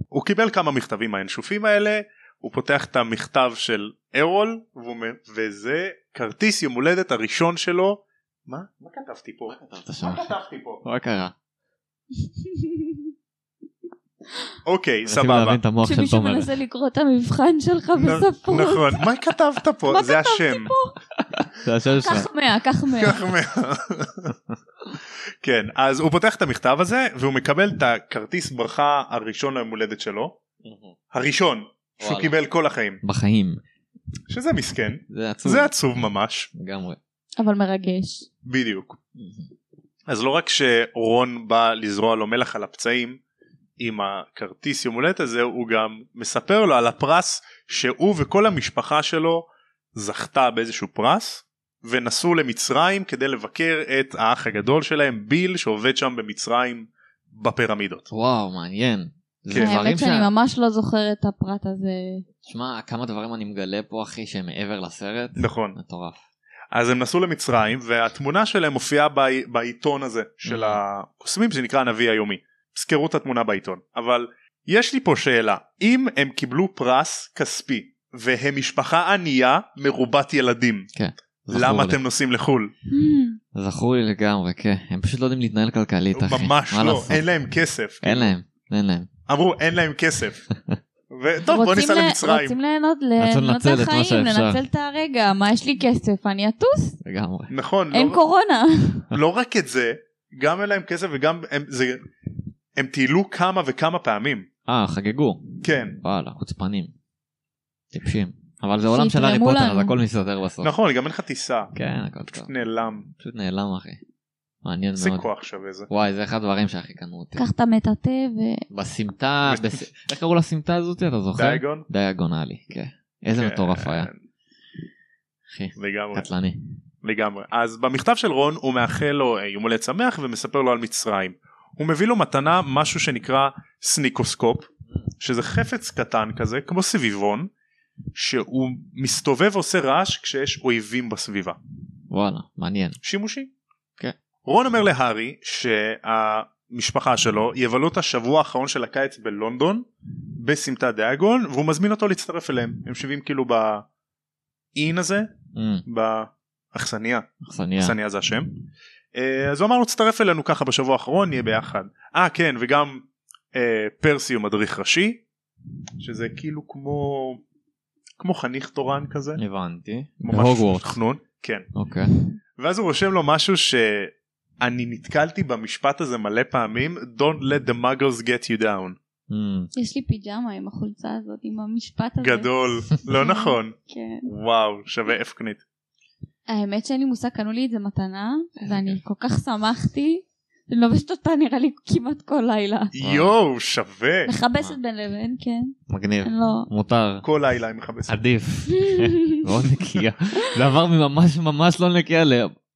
[SPEAKER 1] הוא קיבל כמה מכתבים מהינשופים האלה הוא פותח את המכתב של ארול והוא מ- וזה כרטיס יום הולדת הראשון שלו. מה? מה כתבתי פה?
[SPEAKER 2] אתה שומע?
[SPEAKER 1] מה כתבתי פה?
[SPEAKER 2] מה קרה?
[SPEAKER 1] אוקיי
[SPEAKER 2] מנסים
[SPEAKER 1] סבבה.
[SPEAKER 2] להבין לא את המוח של
[SPEAKER 3] כשמישהו
[SPEAKER 2] תומר.
[SPEAKER 3] מנסה לקרוא את המבחן שלך בספרות.
[SPEAKER 1] נכון מה כתבת פה
[SPEAKER 3] מה
[SPEAKER 1] זה
[SPEAKER 3] כתבתי
[SPEAKER 1] השם
[SPEAKER 2] זה השם שלך.
[SPEAKER 3] קח מאה, קח מאה.
[SPEAKER 1] כך מה- כן אז הוא פותח את המכתב הזה והוא מקבל את הכרטיס ברכה הראשון ליום הולדת שלו הראשון שהוא
[SPEAKER 2] וואלה.
[SPEAKER 1] קיבל כל החיים
[SPEAKER 2] בחיים.
[SPEAKER 1] שזה מסכן
[SPEAKER 2] זה עצוב.
[SPEAKER 1] זה עצוב ממש
[SPEAKER 2] לגמרי.
[SPEAKER 1] כן.
[SPEAKER 3] אבל מרגש.
[SPEAKER 1] בדיוק אז לא רק שרון בא לזרוע לו מלח על הפצעים עם הכרטיס יום הולדת הזה הוא גם מספר לו על הפרס שהוא וכל המשפחה שלו זכתה באיזשהו פרס ונסעו למצרים כדי לבקר את האח הגדול שלהם ביל שעובד שם במצרים בפירמידות.
[SPEAKER 2] וואו מעניין.
[SPEAKER 1] כן.
[SPEAKER 2] זה דברים
[SPEAKER 3] האמת שאני
[SPEAKER 2] שה-
[SPEAKER 3] ממש לא זוכרת את הפרט הזה.
[SPEAKER 2] שמע, כמה דברים אני מגלה פה, אחי, שהם מעבר לסרט.
[SPEAKER 1] נכון
[SPEAKER 2] מטורף.
[SPEAKER 1] אז הם נסעו למצרים והתמונה שלהם מופיעה בעי- בעיתון הזה של
[SPEAKER 2] Mhm.
[SPEAKER 1] הקוסמים שנקרא הנביא היומי. זכרו את התמונה בעיתון אבל יש לי פה שאלה אם הם קיבלו פרס כספי והם משפחה ענייה מרובת ילדים
[SPEAKER 2] זכור
[SPEAKER 1] למה
[SPEAKER 2] לי.
[SPEAKER 1] אתם נוסעים לחו"ל
[SPEAKER 2] Hmm. זכור לי לגמרי, כן. הם פשוט לא יודעים להתנהל כלכלית, אחי.
[SPEAKER 1] ממש
[SPEAKER 2] מה
[SPEAKER 1] לא
[SPEAKER 2] לעשות?
[SPEAKER 1] אין להם כסף
[SPEAKER 2] אין להם, אין להם.
[SPEAKER 1] אמרו אין להם כסף. וטוב בוא
[SPEAKER 3] רוצים
[SPEAKER 1] ניסע
[SPEAKER 3] ל-
[SPEAKER 1] למצרים
[SPEAKER 3] רוצים ליהנות
[SPEAKER 2] רוצים
[SPEAKER 3] ליהנות
[SPEAKER 2] לנצל את מה
[SPEAKER 3] לחיים,
[SPEAKER 2] שאפשר.
[SPEAKER 3] לנצל את הרגע. מה, יש לי כסף, אני אטוס?
[SPEAKER 2] לגמרי.
[SPEAKER 1] נכון
[SPEAKER 3] אין
[SPEAKER 1] לא-
[SPEAKER 3] קורונה.
[SPEAKER 1] לא רק את זה גם אין להם כסף וגם הם זה הם טיילו כמה וכמה פעמים
[SPEAKER 2] אה, חגגו.
[SPEAKER 1] כן
[SPEAKER 2] וואלה, חוצפנים. טיפשים. אבל זה עולם של הארי
[SPEAKER 3] שיתרמו
[SPEAKER 2] פוטר,
[SPEAKER 3] לנו.
[SPEAKER 2] אז הכל מסתדר בסוף.
[SPEAKER 1] נכון גם אין לך טיסה
[SPEAKER 2] כן, הכל טוב.
[SPEAKER 1] פשוט נעלם
[SPEAKER 2] פשוט נעלם, אחי. מעניין
[SPEAKER 1] איזה
[SPEAKER 2] מאוד.
[SPEAKER 1] כוח שווה זה
[SPEAKER 2] וואי, זה אחד הדברים שהכי קנו אותי.
[SPEAKER 3] קח את המטאטא ו...
[SPEAKER 2] בסמטה, בס- איך קראו לסמטה הזאת, אתה זוכר?
[SPEAKER 1] דייגון
[SPEAKER 2] דיאגונלי, כן. איזה
[SPEAKER 1] כן.
[SPEAKER 2] מטורף היה. אחי,
[SPEAKER 1] לגמרי
[SPEAKER 2] קטלני.
[SPEAKER 1] לגמרי אז במכתב של רון הוא מאחל לו אה, יום הולדת שמח ומספר לו על מצרים הוא מביא לו מתנה משהו שנקרא סניקוסקופ שזה חפץ קטן כזה כמו סביבון שהוא מסתובב ועושה רעש כשיש אויבים בסביבה
[SPEAKER 2] וואלה, מעניין.
[SPEAKER 1] שימושי.
[SPEAKER 2] כן.
[SPEAKER 1] רון אומר להארי שהמשפחה שלו יבלו את השבוע האחרון של הקיץ בלונדון בסמטת דיאגון והוא מזמין אותו להצטרף אליהם הם שווים כאילו באין הזה
[SPEAKER 2] אמ,
[SPEAKER 1] באכסניה
[SPEAKER 2] אכסניה.
[SPEAKER 1] אכסניה זה השם אה, אז הוא אמר לו תצטרף אלינו ככה בשבוע האחרון נהיה ביחד אה כן וגם אה, פרסי הוא מדריך ראשי שזה כאילו כמו כמו חניך תורן כזה
[SPEAKER 2] הבנתי.
[SPEAKER 1] ממש
[SPEAKER 2] בהוגוורט.
[SPEAKER 1] חנון כן
[SPEAKER 2] אוקיי.
[SPEAKER 1] ואז הוא רושם לו משהו שאני נתקלתי במשפט הזה מלא פעמים Don't let the muggles get you down
[SPEAKER 2] אמ,
[SPEAKER 3] יש לי פיג'מה עם החולצה הזאת, עם המשפט הזה.
[SPEAKER 2] אוקיי.
[SPEAKER 1] גדול לא נכון
[SPEAKER 3] כן.
[SPEAKER 1] וואו שווה אפקנית אה, כן.
[SPEAKER 3] האמת שאין לי מושג, קנו לי את זה מתנה, ואני כל כך שמחתי, אני לובשת אותה נראה לי כמעט כל לילה.
[SPEAKER 1] כן. יואו, שווה.
[SPEAKER 3] מכבסת בין לבין, כן.
[SPEAKER 2] מגניב.
[SPEAKER 3] אני לא...
[SPEAKER 2] מותר.
[SPEAKER 1] כל לילה היא מכבסת.
[SPEAKER 2] עדיף. מאוד נקייה. זה עבר מממש ממש לא נקייה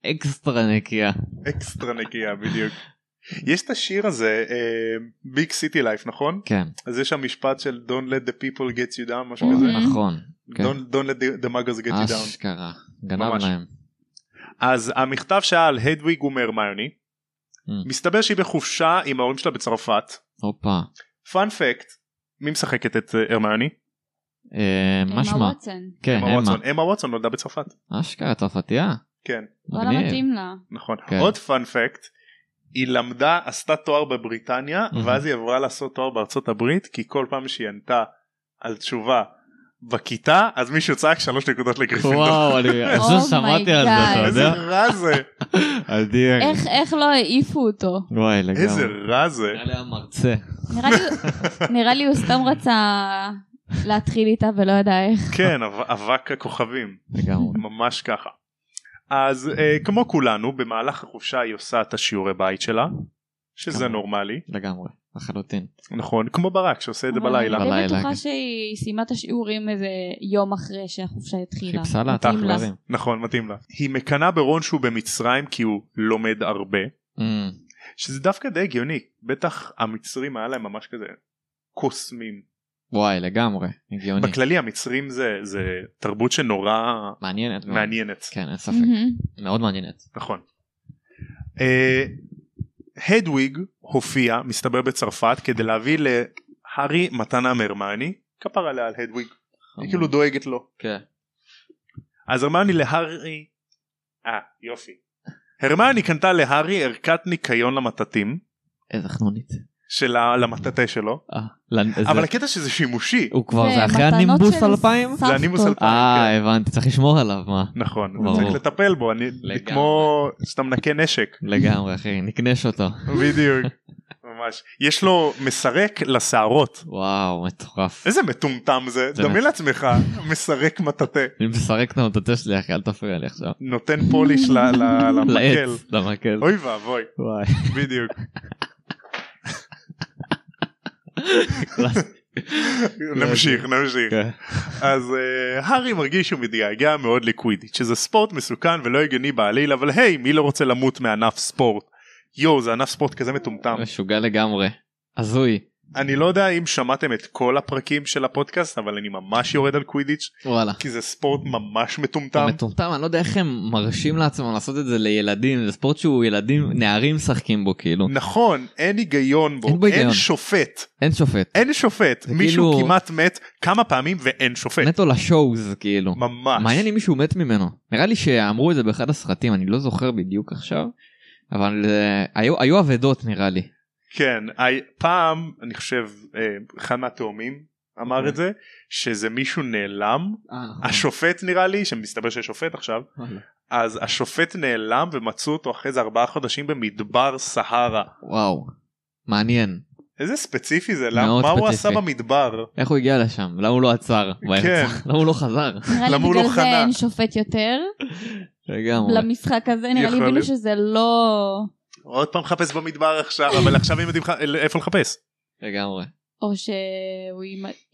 [SPEAKER 2] לאקסטרה נקייה.
[SPEAKER 1] אקסטרה נקייה בדיוק. יש את השיר הזה, אה, ביג סיטי לייף, נכון?
[SPEAKER 2] כן.
[SPEAKER 1] אז יש שם משפט של Don't let the people get you down, משהו כזה.
[SPEAKER 3] Mhm.
[SPEAKER 2] נכון. כן.
[SPEAKER 1] Don't don't let the- the muggers Mm-hmm. get you down.
[SPEAKER 2] אשכרה. גנב
[SPEAKER 1] ממש.
[SPEAKER 2] להם.
[SPEAKER 1] אז המכתב שהיה על הדוויג ומרמיוני.
[SPEAKER 2] Mm.
[SPEAKER 1] מסתבר שהיא בחופשה עם ההורים שלה בצרפת.
[SPEAKER 2] הופה.
[SPEAKER 1] פאנפקט, מי משחקת את אה, הרמיוני?
[SPEAKER 2] אה, מה
[SPEAKER 3] אמה
[SPEAKER 2] שמה?
[SPEAKER 3] ווטסון.
[SPEAKER 2] כן,
[SPEAKER 1] אמה
[SPEAKER 2] אמה.
[SPEAKER 1] וואטסון. אמה וואטסון נולדה בצרפת.
[SPEAKER 2] אשכרה צרפתייה.
[SPEAKER 1] כן,
[SPEAKER 3] וואלה
[SPEAKER 2] מגניב.
[SPEAKER 3] לא מתאים לה.
[SPEAKER 1] נכון.
[SPEAKER 2] כן.
[SPEAKER 1] עוד פאנפקט, היא למדה, עשתה תואר בבריטניה,
[SPEAKER 2] Mhm.
[SPEAKER 1] ואז היא עברה לעשות תואר בארצות הברית, כי כל פעם שהיא ענתה על תשובה בכיתה, אז מישהו צעק שלוש נקודות לגריפינדור.
[SPEAKER 2] וואו, אני אני חושב
[SPEAKER 3] Oh my
[SPEAKER 2] ששמעתי על זה, אתה
[SPEAKER 3] God.
[SPEAKER 1] איזה
[SPEAKER 2] יודע?
[SPEAKER 1] רע זה,
[SPEAKER 2] אדיר.
[SPEAKER 1] כן.
[SPEAKER 3] איך- איך לא העיפו אותו?
[SPEAKER 2] וואי, לגמרי.
[SPEAKER 1] איזה רע זה.
[SPEAKER 2] נראה לי המרצה.
[SPEAKER 3] נראה לי- נראה לי הוא סתם רצה להתחיל איתה ולא ידע איך.
[SPEAKER 1] כן, אב- אבק הכוכבים.
[SPEAKER 2] לגמרי.
[SPEAKER 1] ממש ככה. אז אה, כמו כולנו במהלך החופשה היא עושה את השיעורי בית שלה שזה
[SPEAKER 2] כמובן.
[SPEAKER 1] נורמלי
[SPEAKER 2] לגמרי. לחלוטין.
[SPEAKER 1] נכון כמו ברק שעושה את זה
[SPEAKER 3] אבל
[SPEAKER 1] בלילה
[SPEAKER 3] אני די
[SPEAKER 2] בלילה, כן.
[SPEAKER 3] בטוחה שהיא סיימה את השיעורים איזה יום אחרי שהחופשה התחילה.
[SPEAKER 2] חיפשה לה את
[SPEAKER 3] מתאים לה.
[SPEAKER 2] החברים.
[SPEAKER 1] נכון מתאים לה היא מקנאה ברון שהוא במצרים כי הוא לומד הרבה
[SPEAKER 2] אמ,
[SPEAKER 1] שזה דווקא די הגיוני בטח המצרים היה להם ממש כזה קוסמים
[SPEAKER 2] וואי, לגמרי. הגיוני.
[SPEAKER 1] בכללי המצרים זה זה תרבות שנורא
[SPEAKER 2] מעניינת מאוד.
[SPEAKER 1] מעניינת
[SPEAKER 2] כן, אין ספק.
[SPEAKER 3] מהמם.
[SPEAKER 2] מאוד מעניינת.
[SPEAKER 1] נכון. אה, הדוויג הופיע מסתבר בצרפת כדי להביא להארי מתנה מהרמני כפר עליה על הדוויג היא כאילו דואגת לו
[SPEAKER 2] אמ, כן.
[SPEAKER 1] אז הרמני להארי אה יופי הרמני קנתה להארי ערכת ניקיון למטאטים
[SPEAKER 2] איזה חנונית.
[SPEAKER 1] של ה- למטאטא שלו
[SPEAKER 2] אה, לנ- איזה-
[SPEAKER 1] אבל כאילו- הקטע שזה שימושי
[SPEAKER 2] הוא כבר
[SPEAKER 3] זה
[SPEAKER 2] זה אחרי
[SPEAKER 3] אה, מתנות
[SPEAKER 2] הנימבוס
[SPEAKER 3] של
[SPEAKER 2] אלפיים?
[SPEAKER 3] סבתות.
[SPEAKER 1] זה הנימוס אלפיים
[SPEAKER 2] אה
[SPEAKER 1] כן.
[SPEAKER 2] הבנתי צריך לשמור עליו מה
[SPEAKER 1] נכון
[SPEAKER 2] ברור.
[SPEAKER 1] צריך לטפל בו אני
[SPEAKER 2] לגמרי.
[SPEAKER 1] כמו שאתה מנקה נשק
[SPEAKER 2] לגמרי אחי נקנש אותו
[SPEAKER 1] בדיוק ממש יש לו מסרק לשערות
[SPEAKER 2] וואו מטורף
[SPEAKER 1] איזה מטומטם זה,
[SPEAKER 2] באמת.
[SPEAKER 1] דמיין לעצמך, מסרק מטאטא,
[SPEAKER 2] אני מסרק את המטוטה שלי אחי אל תפריע לי עכשיו
[SPEAKER 1] נותן פוליש ל- ל- למקל.
[SPEAKER 2] לעץ למקל
[SPEAKER 1] אוי ואבוי,
[SPEAKER 2] וואי
[SPEAKER 1] בדיוק.
[SPEAKER 2] קלאס.
[SPEAKER 1] נמשיך, נמשיך.
[SPEAKER 2] כן.
[SPEAKER 1] אז אה, הארי מרגיש שהוא מתגעגע מאוד לקווידיץ', שזה ספורט מסוכן ולא הגיוני בעליל, אבל היי, מי לא רוצה למות מענף ספורט? יואו, זה ענף ספורט כזה מטומטם.
[SPEAKER 2] משוגע לגמרי הזוי
[SPEAKER 1] אני לא יודע אם שמעתם את כל הפרקים של הפודקאסט, אבל אני ממש יורד על קווידיץ',
[SPEAKER 2] וואלה.
[SPEAKER 1] כי זה ספורט ממש מטומטם.
[SPEAKER 2] הוא מטומטם אני לא יודע איך הם מרשים לעצמם לעשות את זה לילדים זה ספורט שהוא ילדים נערים משחקים בו כאילו
[SPEAKER 1] נכון, אין היגיון בו,
[SPEAKER 2] אין בו
[SPEAKER 1] אין
[SPEAKER 2] היגיון.
[SPEAKER 1] שופט.
[SPEAKER 2] אין שופט
[SPEAKER 1] אין שופט
[SPEAKER 2] זה
[SPEAKER 1] מישהו
[SPEAKER 2] כאילו-
[SPEAKER 1] כמעט מת כמה פעמים ואין שופט
[SPEAKER 2] נטו לשואוז כאילו
[SPEAKER 1] ממש
[SPEAKER 2] מעניין אם מישהו מת ממנו נראה לי שאמרו את זה באחד הסרטים אני לא זוכר בדיוק עכשיו אבל אה, היו היו אבדות נראה לי
[SPEAKER 1] כן הי- פעם אני חושב אה, אחד מהתאומים אמר
[SPEAKER 2] אוקיי.
[SPEAKER 1] את זה שזה מישהו נעלם השופט נראה לי שמסתבר שיש שופט עכשיו אז השופט נעלם ומצאו אותו אחרי זה ארבעה חודשים במדבר סהרה
[SPEAKER 2] וואו מעניין
[SPEAKER 1] איזה ספציפי זה למה
[SPEAKER 2] מאוד
[SPEAKER 1] מה הוא עשה
[SPEAKER 2] ספציפי.
[SPEAKER 1] במדבר
[SPEAKER 2] איך הוא הגיע לשם למה הוא לא עצר
[SPEAKER 1] כן.
[SPEAKER 2] באמצע? למה הוא לא חזר
[SPEAKER 3] נראה לי
[SPEAKER 1] למה הוא לא
[SPEAKER 3] בגלל זה
[SPEAKER 1] חנה?
[SPEAKER 3] אין שופט יותר
[SPEAKER 2] לגמרי
[SPEAKER 3] למשחק הזה, נראה
[SPEAKER 1] יכול
[SPEAKER 3] לי הבינו
[SPEAKER 1] להיות.
[SPEAKER 3] שזה לא...
[SPEAKER 1] עוד פעם חפש במדבר עכשיו אבל עכשיו הם יודעים ח- איפה לחפש
[SPEAKER 2] לגמרי
[SPEAKER 3] או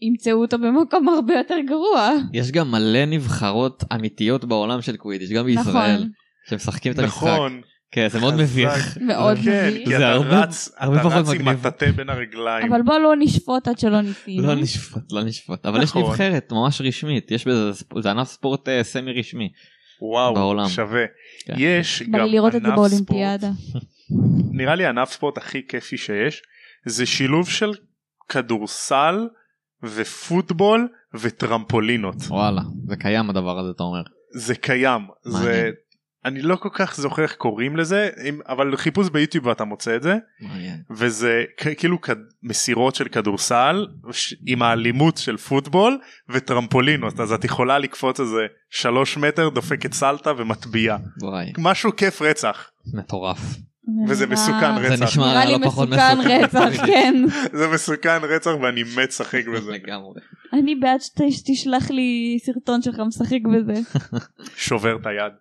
[SPEAKER 3] שימצאו אותו במקום הרבה יותר גרוע.
[SPEAKER 2] יש גם מלא נבחרות אמיתיות בעולם של קווידיש גם בישראל
[SPEAKER 3] נכון,
[SPEAKER 2] שמשחקים את המשחק
[SPEAKER 1] נכון
[SPEAKER 2] כן זה מאוד
[SPEAKER 1] חזק.
[SPEAKER 2] מביך
[SPEAKER 3] מאוד
[SPEAKER 1] כן
[SPEAKER 3] מביך.
[SPEAKER 1] כי
[SPEAKER 2] זה
[SPEAKER 1] אתה
[SPEAKER 2] הרבה-
[SPEAKER 1] רץ אתה
[SPEAKER 2] הרבה פחות
[SPEAKER 1] רץ עם
[SPEAKER 2] מגניב.
[SPEAKER 1] מטאטא בין הרגליים
[SPEAKER 3] אבל בוא לא נשפוט עד שלא ניסינו.
[SPEAKER 2] לא נשפט לא נשפט אבל יש
[SPEAKER 1] נכון.
[SPEAKER 2] נבחרת ממש רשמית יש בזה ספ- זה ענף ספורט אה, סמי רשמי
[SPEAKER 1] וואו
[SPEAKER 2] בעולם.
[SPEAKER 1] שווה
[SPEAKER 2] כן.
[SPEAKER 1] יש
[SPEAKER 3] בא
[SPEAKER 1] גם
[SPEAKER 3] לי לראות את זה
[SPEAKER 1] ענף
[SPEAKER 3] באולימפיאדה.
[SPEAKER 1] ספורט, נראה לי ענף ספורט הכי כיפי שיש זה שילוב של כדורסל ופוטבול וטרמפולינות
[SPEAKER 2] וואלה זה קיים הדבר הזה אתה אומר
[SPEAKER 1] זה קיים זה
[SPEAKER 2] מעניין.
[SPEAKER 1] אני לא כל כך זוכר איך קוראים לזה אם- אבל חיפוש ביוטיוב אתה מוצא את זה
[SPEAKER 2] מעניין
[SPEAKER 1] וזה כ- כאילו כד- מסירות של כדורסל ש- עם האלימות של פוטבול וטרמפולינות אז את יכולה לקפוץ איזה שלוש מטר דופקת סלטה ומטביעה
[SPEAKER 2] וואי
[SPEAKER 1] משהו כיף רצח
[SPEAKER 2] מטורף
[SPEAKER 1] וזה מסוכן
[SPEAKER 3] נראה-
[SPEAKER 1] רצח.
[SPEAKER 2] זה נשמע
[SPEAKER 3] אה, נראה לי
[SPEAKER 2] לא פחות
[SPEAKER 3] מסוכן רצח, כן.
[SPEAKER 1] זה מסוכן רצח ואני מת לשחק בזה.
[SPEAKER 2] לגמרי
[SPEAKER 3] אני בעד שת- שתשלח לי סרטון שלך משחק בזה.
[SPEAKER 1] שובר את היד.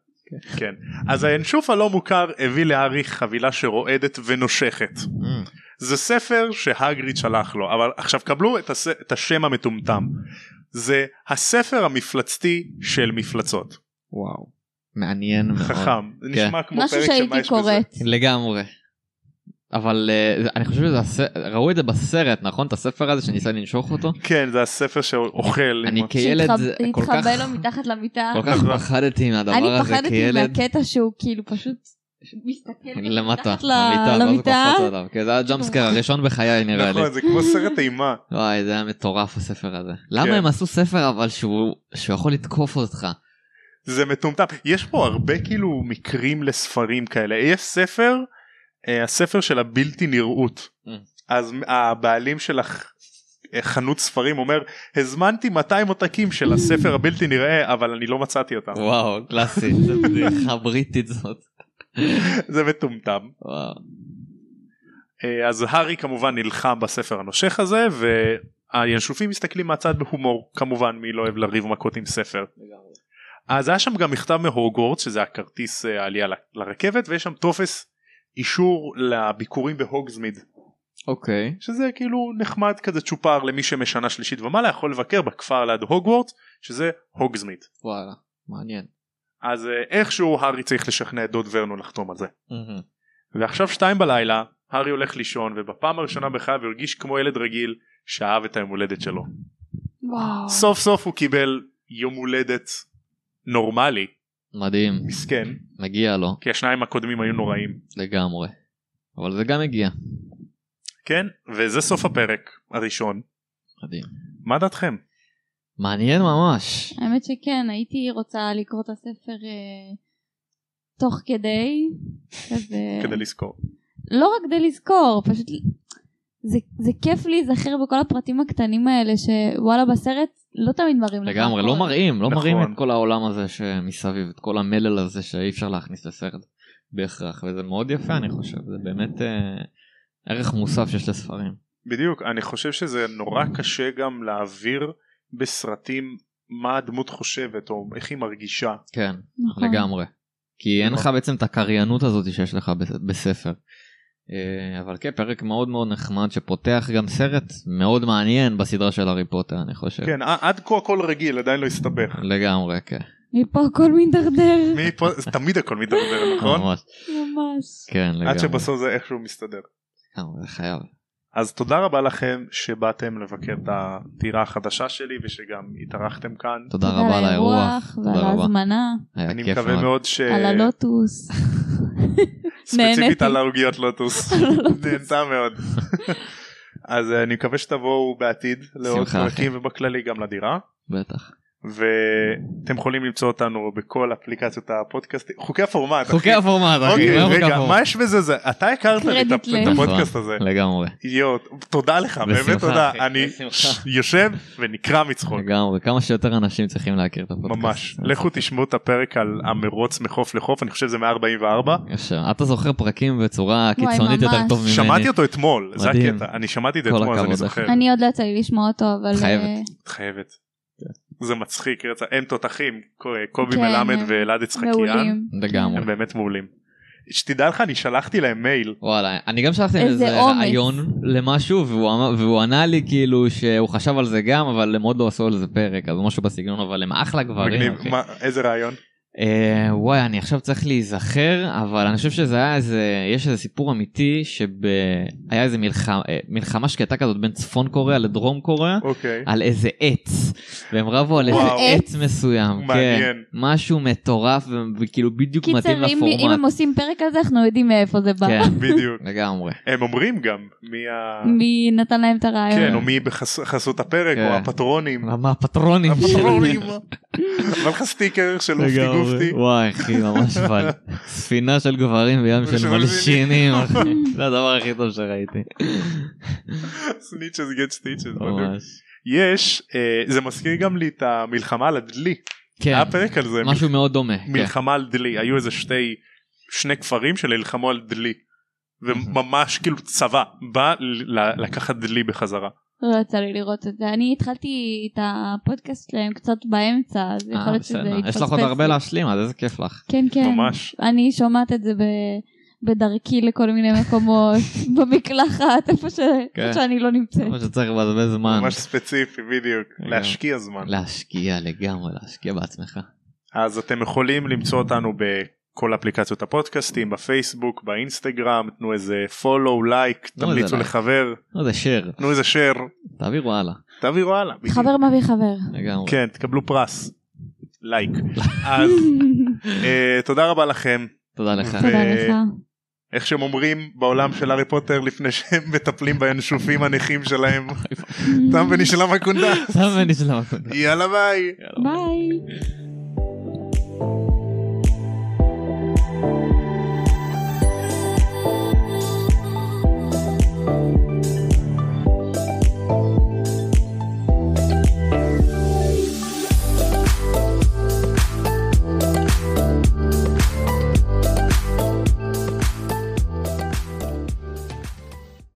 [SPEAKER 1] כן. אז הינשוף הלא מוכר הביא לארי חבילה שרועדת ונושכת. זה ספר שהגריד שלח לו אבל עכשיו קבלו את, הס... את השם המטומטם זה הספר המפלצתי של מפלצות
[SPEAKER 2] וואו. מעניין מאוד.
[SPEAKER 1] חכם זה
[SPEAKER 2] כן.
[SPEAKER 1] נשמע כמו
[SPEAKER 3] משהו
[SPEAKER 1] פרק של מה
[SPEAKER 3] שהייתי
[SPEAKER 1] יש בזה.
[SPEAKER 3] קוראת.
[SPEAKER 2] לגמרי. אבל אה, זה- אני חושב שזה הס- ראו את זה בסרט נכון את הספר הזה שניסה לנשוך אותו.
[SPEAKER 1] כן זה הספר שאוכל
[SPEAKER 2] אני כן,
[SPEAKER 1] עם-
[SPEAKER 2] כילד
[SPEAKER 3] שהתחב-
[SPEAKER 2] זה כל כך
[SPEAKER 3] התחבא לו מתחת למיטה.
[SPEAKER 2] כל כך
[SPEAKER 1] נכון.
[SPEAKER 2] פחדתי
[SPEAKER 3] אני
[SPEAKER 2] מהדבר הזה
[SPEAKER 3] פחדתי
[SPEAKER 2] כילד.
[SPEAKER 3] מהקטע שהוא כאילו פשוט מסתכל
[SPEAKER 2] למטה,
[SPEAKER 3] מתחת ל-
[SPEAKER 2] למיטה, לא
[SPEAKER 3] למיטה. נכון.
[SPEAKER 2] זוכר עליו. כן, זה היה הג'אמפסקר הראשון בחיי נראה לי.
[SPEAKER 1] נכון זה כמו סרט אימה
[SPEAKER 2] וואי, זה היה מטורף הספר הזה. למה
[SPEAKER 1] כן.
[SPEAKER 2] הם עשו ספר אבל שהוא שהוא יכול לתקוף אותך?
[SPEAKER 1] זה מטומטם יש פה הרבה כאילו מקרים לספרים כאלה יש ספר אה, הספר של הבלתי נראות
[SPEAKER 2] Mm.
[SPEAKER 1] אז הבעלים של הח- אה, חנות ספרים אומר הזמנתי 200 עותקים של הספר הבלתי נראה אבל אני לא מצאתי אותם
[SPEAKER 2] וואו, קלאסי, זה בדיחה בריטית זאת.
[SPEAKER 1] זה מטומטם
[SPEAKER 2] וואו.
[SPEAKER 1] אה, אז הארי כמובן נלחם בספר הנושך הזה והינשופים מסתכלים מהצד בהומור כמובן מי לא אוהב לריב מכות עם ספר. אז היה שם גם מכתב מהוגוורט שזה הכרטיס אה, העלייה ל- לרכבת ויש שם טופס אישור לביקורים בהוגזמיד
[SPEAKER 2] אוקיי.
[SPEAKER 1] שזה כאילו נחמד כזה צ'ופר למי שמשנה שלישית ומעלה יכול לבקר בכפר ליד הוגוורט שזה הוגזמיד.
[SPEAKER 2] וואלה, מעניין.
[SPEAKER 1] אז אה, איכשהו הארי צריך לשכנע את דוד ורנון לחתום על זה. ועכשיו שתיים בלילה, הארי הולך לישון ובפעם הראשונה בחייו הוא הרגיש כמו ילד רגיל שאהב את היום הולדת שלו.
[SPEAKER 3] וואו.
[SPEAKER 1] סוף סוף הוא קיבל יום הולדת נורמלי,
[SPEAKER 2] מדהים,
[SPEAKER 1] מסכן,
[SPEAKER 2] מגיע לו,
[SPEAKER 1] כי השניים הקודמים היו נוראים,
[SPEAKER 2] לגמרי. אבל זה גם הגיע.
[SPEAKER 1] כן? וזה סוף הפרק הראשון.
[SPEAKER 2] מדהים.
[SPEAKER 1] מה דעתכם?
[SPEAKER 2] מעניין ממש.
[SPEAKER 3] האמת שכן, הייתי רוצה לקרוא את הספר אה, תוך כדי. כזה-
[SPEAKER 1] כדי לזכור.
[SPEAKER 3] לא רק כדי לזכור, פשוט זה, זה כיף להיזכר בכל הפרטים הקטנים האלה שוואלה בסרט לא תמיד מראים לך.
[SPEAKER 2] לגמרי, לא
[SPEAKER 3] הכל.
[SPEAKER 2] מראים, לא
[SPEAKER 1] נכון.
[SPEAKER 2] מראים את כל העולם הזה שמסביב, את כל המלל הזה שאי אפשר להכניס לסרט בהכרח, וזה מאוד יפה אני חושב, זה באמת אה, ערך מוסף שיש לספרים.
[SPEAKER 1] בדיוק, אני חושב שזה נורא קשה גם להעביר בסרטים מה הדמות חושבת או איך היא מרגישה.
[SPEAKER 2] כן,
[SPEAKER 3] נכון.
[SPEAKER 2] לגמרי. כי אין לך
[SPEAKER 1] נכון.
[SPEAKER 2] בעצם את הקריינות הזאת שיש לך בס- בספר. אה, אבל כן, פרק מאוד מאוד נחמד שפותח גם סרט מאוד מעניין בסדרה של הארי פוטר, אני חושב.
[SPEAKER 1] כן, ע- עד כה הכל רגיל, עדיין לא הסתבך.
[SPEAKER 2] לגמרי, כן.
[SPEAKER 3] מפה הכל מידרדר.
[SPEAKER 1] מפה, זה תמיד הכל מתדרדר, נכון?
[SPEAKER 2] ממש,
[SPEAKER 3] ממש.
[SPEAKER 2] כן, לגמרי.
[SPEAKER 1] עד שבסוף זה איכשהו מסתדר.
[SPEAKER 2] לגמרי, זה חייב.
[SPEAKER 1] אז תודה רבה לכם שבאתם לבקר את הטירה החדשה שלי ושגם התארחתם כאן.
[SPEAKER 2] תודה רבה על האירוח.
[SPEAKER 3] ועל
[SPEAKER 2] תודה רבה.
[SPEAKER 3] ההזמנה,
[SPEAKER 2] היה
[SPEAKER 1] אני
[SPEAKER 2] כיף
[SPEAKER 1] מקווה
[SPEAKER 2] מאוד.
[SPEAKER 1] מאוד ש...
[SPEAKER 3] על הלוטוס.
[SPEAKER 1] ספציפית
[SPEAKER 3] נהניתי.
[SPEAKER 1] על העוגיות לוטוס.
[SPEAKER 3] על הלוטוס.
[SPEAKER 1] נהנתה מאוד. אז אה, אני מקווה שתבואו בעתיד לעוד
[SPEAKER 2] שמחה, אחי.
[SPEAKER 1] פרקים ובכללי גם לדירה.
[SPEAKER 2] בטח.
[SPEAKER 1] ואתם יכולים למצוא אותנו בכל אפליקציות הפודקאסטים. חוקי הפורמט. אחי.
[SPEAKER 2] חוקי הפורמט, אחי.
[SPEAKER 1] אוקיי,
[SPEAKER 2] מה חוקי
[SPEAKER 1] רגע, מה
[SPEAKER 2] הפורמט?
[SPEAKER 1] יש בזה? זה- אתה הכרת לי את
[SPEAKER 3] קרדיט
[SPEAKER 1] ה- את
[SPEAKER 3] ל-
[SPEAKER 1] הפודקאסט הזה.
[SPEAKER 2] לגמרי.
[SPEAKER 1] יואו, תודה לך, באמת
[SPEAKER 2] נכון. בשמחה,
[SPEAKER 1] תודה.
[SPEAKER 2] אחי,
[SPEAKER 1] אני
[SPEAKER 2] בשמחה.
[SPEAKER 1] יושב ונקרע מצחוק.
[SPEAKER 2] לגמרי. כמה שיותר אנשים צריכים להכיר את הפודקאסט.
[SPEAKER 1] נכון. ממש לכו
[SPEAKER 2] אוקיי.
[SPEAKER 1] תשמעו את הפרק על המרוץ מחוף לחוף אני חושב זה 144
[SPEAKER 2] ישר. אתה זוכר פרקים בצורה
[SPEAKER 3] וואי,
[SPEAKER 2] קיצונית יותר
[SPEAKER 3] ממש.
[SPEAKER 2] טוב ממני.
[SPEAKER 1] שמעתי אותו אתמול זה
[SPEAKER 2] מדהים.
[SPEAKER 1] הקטע אני שמעתי את זה
[SPEAKER 2] כל
[SPEAKER 1] אתמול אז אני
[SPEAKER 2] הכבוד,
[SPEAKER 1] זוכר
[SPEAKER 2] אחי.
[SPEAKER 3] אני עוד לא יצא לי לשמוע אותו, אבל...
[SPEAKER 2] את חייבת.
[SPEAKER 3] אה,
[SPEAKER 1] את חייבת.
[SPEAKER 2] כן.
[SPEAKER 1] זה מצחיק רצה אין תותחים קובי
[SPEAKER 3] כן,
[SPEAKER 1] מלמד
[SPEAKER 3] הם
[SPEAKER 1] ואלעד יצחקיאן
[SPEAKER 3] מעולים.
[SPEAKER 2] לגמרי.
[SPEAKER 1] הם באמת מעולים. שתדע לך אני שלחתי להם מייל
[SPEAKER 2] וואלה, אני גם שלחתי
[SPEAKER 3] איזה
[SPEAKER 2] איזה
[SPEAKER 3] אומץ.
[SPEAKER 2] רעיון למשהו, והוא, אמר- והוא ענה לי כאילו שהוא חשב על זה גם, אבל הם עוד לא עשו על זה פרק, אז משהו בסגנון, אבל הם אחלה גברים.
[SPEAKER 1] מגניב
[SPEAKER 2] אחי.
[SPEAKER 1] מה- איזה רעיון
[SPEAKER 2] אה, וואי, אני עכשיו צריך להיזכר, אבל אני חושב שזה היה איזה, יש איזה סיפור אמיתי, שהיה איזה מלחמה, אה, מלחמה שקטה כזאת בין צפון קוריאה לדרום קוריאה.
[SPEAKER 1] אוקיי
[SPEAKER 2] על איזה עץ, והם רבו על איזה
[SPEAKER 1] וואו.
[SPEAKER 3] אה,
[SPEAKER 2] עץ מסוים, כן,
[SPEAKER 1] מעניין.
[SPEAKER 2] משהו מטורף וכאילו בדיוק
[SPEAKER 3] קיצר,
[SPEAKER 2] מתאים
[SPEAKER 3] אם אם הם
[SPEAKER 2] לפורמט,
[SPEAKER 3] עושים פרק על זה, אנחנו יודעים מאיפה זה בא.
[SPEAKER 2] כן,
[SPEAKER 1] בדיוק
[SPEAKER 2] לגמרי,
[SPEAKER 1] הם אומרים גם מי ה...
[SPEAKER 3] מי נתן להם את הרעיון.
[SPEAKER 1] כן או מי בחסות הפרק או
[SPEAKER 2] כן.
[SPEAKER 1] הפטרונים.
[SPEAKER 2] מה הפטרונים,
[SPEAKER 1] הפטרונים. לא אבל לך סטיקר של אופטי
[SPEAKER 2] לגמרי.
[SPEAKER 1] גופטי.
[SPEAKER 2] וואי אחי ממש אבל ספינה של גברים בים של
[SPEAKER 1] ושל
[SPEAKER 2] מלשינים אחי זה הדבר הכי טוב שראיתי
[SPEAKER 1] סניצ'ס גט סטיצ'ס.
[SPEAKER 2] ממש
[SPEAKER 1] יש אה, זה מזכיר גם לי את המלחמה על הדלי
[SPEAKER 2] כן
[SPEAKER 1] היה פרק על זה
[SPEAKER 2] משהו מאוד דומה כן.
[SPEAKER 1] מלחמה על דלי היו איזה שתי שני כפרים שנלחמו על דלי וממש כאילו צבא בא ל- לקחת דלי בחזרה
[SPEAKER 3] לא יצא לי לראות את זה. אני התחלתי את הפודקאסט שלהם קצת באמצע, אז יכול
[SPEAKER 2] אה,
[SPEAKER 3] להיות שזה
[SPEAKER 2] בסדר.
[SPEAKER 3] התפספס.
[SPEAKER 2] יש לך עוד הרבה
[SPEAKER 3] לי.
[SPEAKER 2] להשלים, אז איזה כיף לך.
[SPEAKER 3] כן, כן.
[SPEAKER 1] ממש.
[SPEAKER 3] אני שומעת את זה ב... בדרכי לכל מיני מקומות, במקלחת, איפה ש...
[SPEAKER 2] כן.
[SPEAKER 3] שאני לא נמצאת.
[SPEAKER 2] כמו שצריך לבזבז זמן.
[SPEAKER 1] ממש ספציפי בדיוק
[SPEAKER 2] רגע.
[SPEAKER 1] להשקיע זמן
[SPEAKER 2] להשקיע לגמרי, להשקיע בעצמך.
[SPEAKER 1] אז אתם יכולים למצוא אותנו בכל אפליקציות הפודקאסטים בפייסבוק באינסטגרם תנו איזה follow לייק
[SPEAKER 2] תנו איזה
[SPEAKER 1] תמליצו
[SPEAKER 2] לייק.
[SPEAKER 1] לחבר
[SPEAKER 2] לא, זה שיר,
[SPEAKER 1] תנו איזה share
[SPEAKER 2] תעבירו הלאה.
[SPEAKER 1] תעבירו הלאה. בדיוק.
[SPEAKER 3] חבר מביא חבר.
[SPEAKER 2] לגמרי.
[SPEAKER 1] כן תקבלו פרס לייק אז אה, תודה רבה לכם
[SPEAKER 2] תודה לך.
[SPEAKER 1] כן.
[SPEAKER 3] תודה לך.
[SPEAKER 1] איך שהם אומרים בעולם של הארי פוטר לפני שהם מטפלים בינשופים הנכים שלהם תם ונשלם הקונדס
[SPEAKER 2] לא סתם ונשלם הכל.
[SPEAKER 1] יאללה ביי.
[SPEAKER 3] ביי.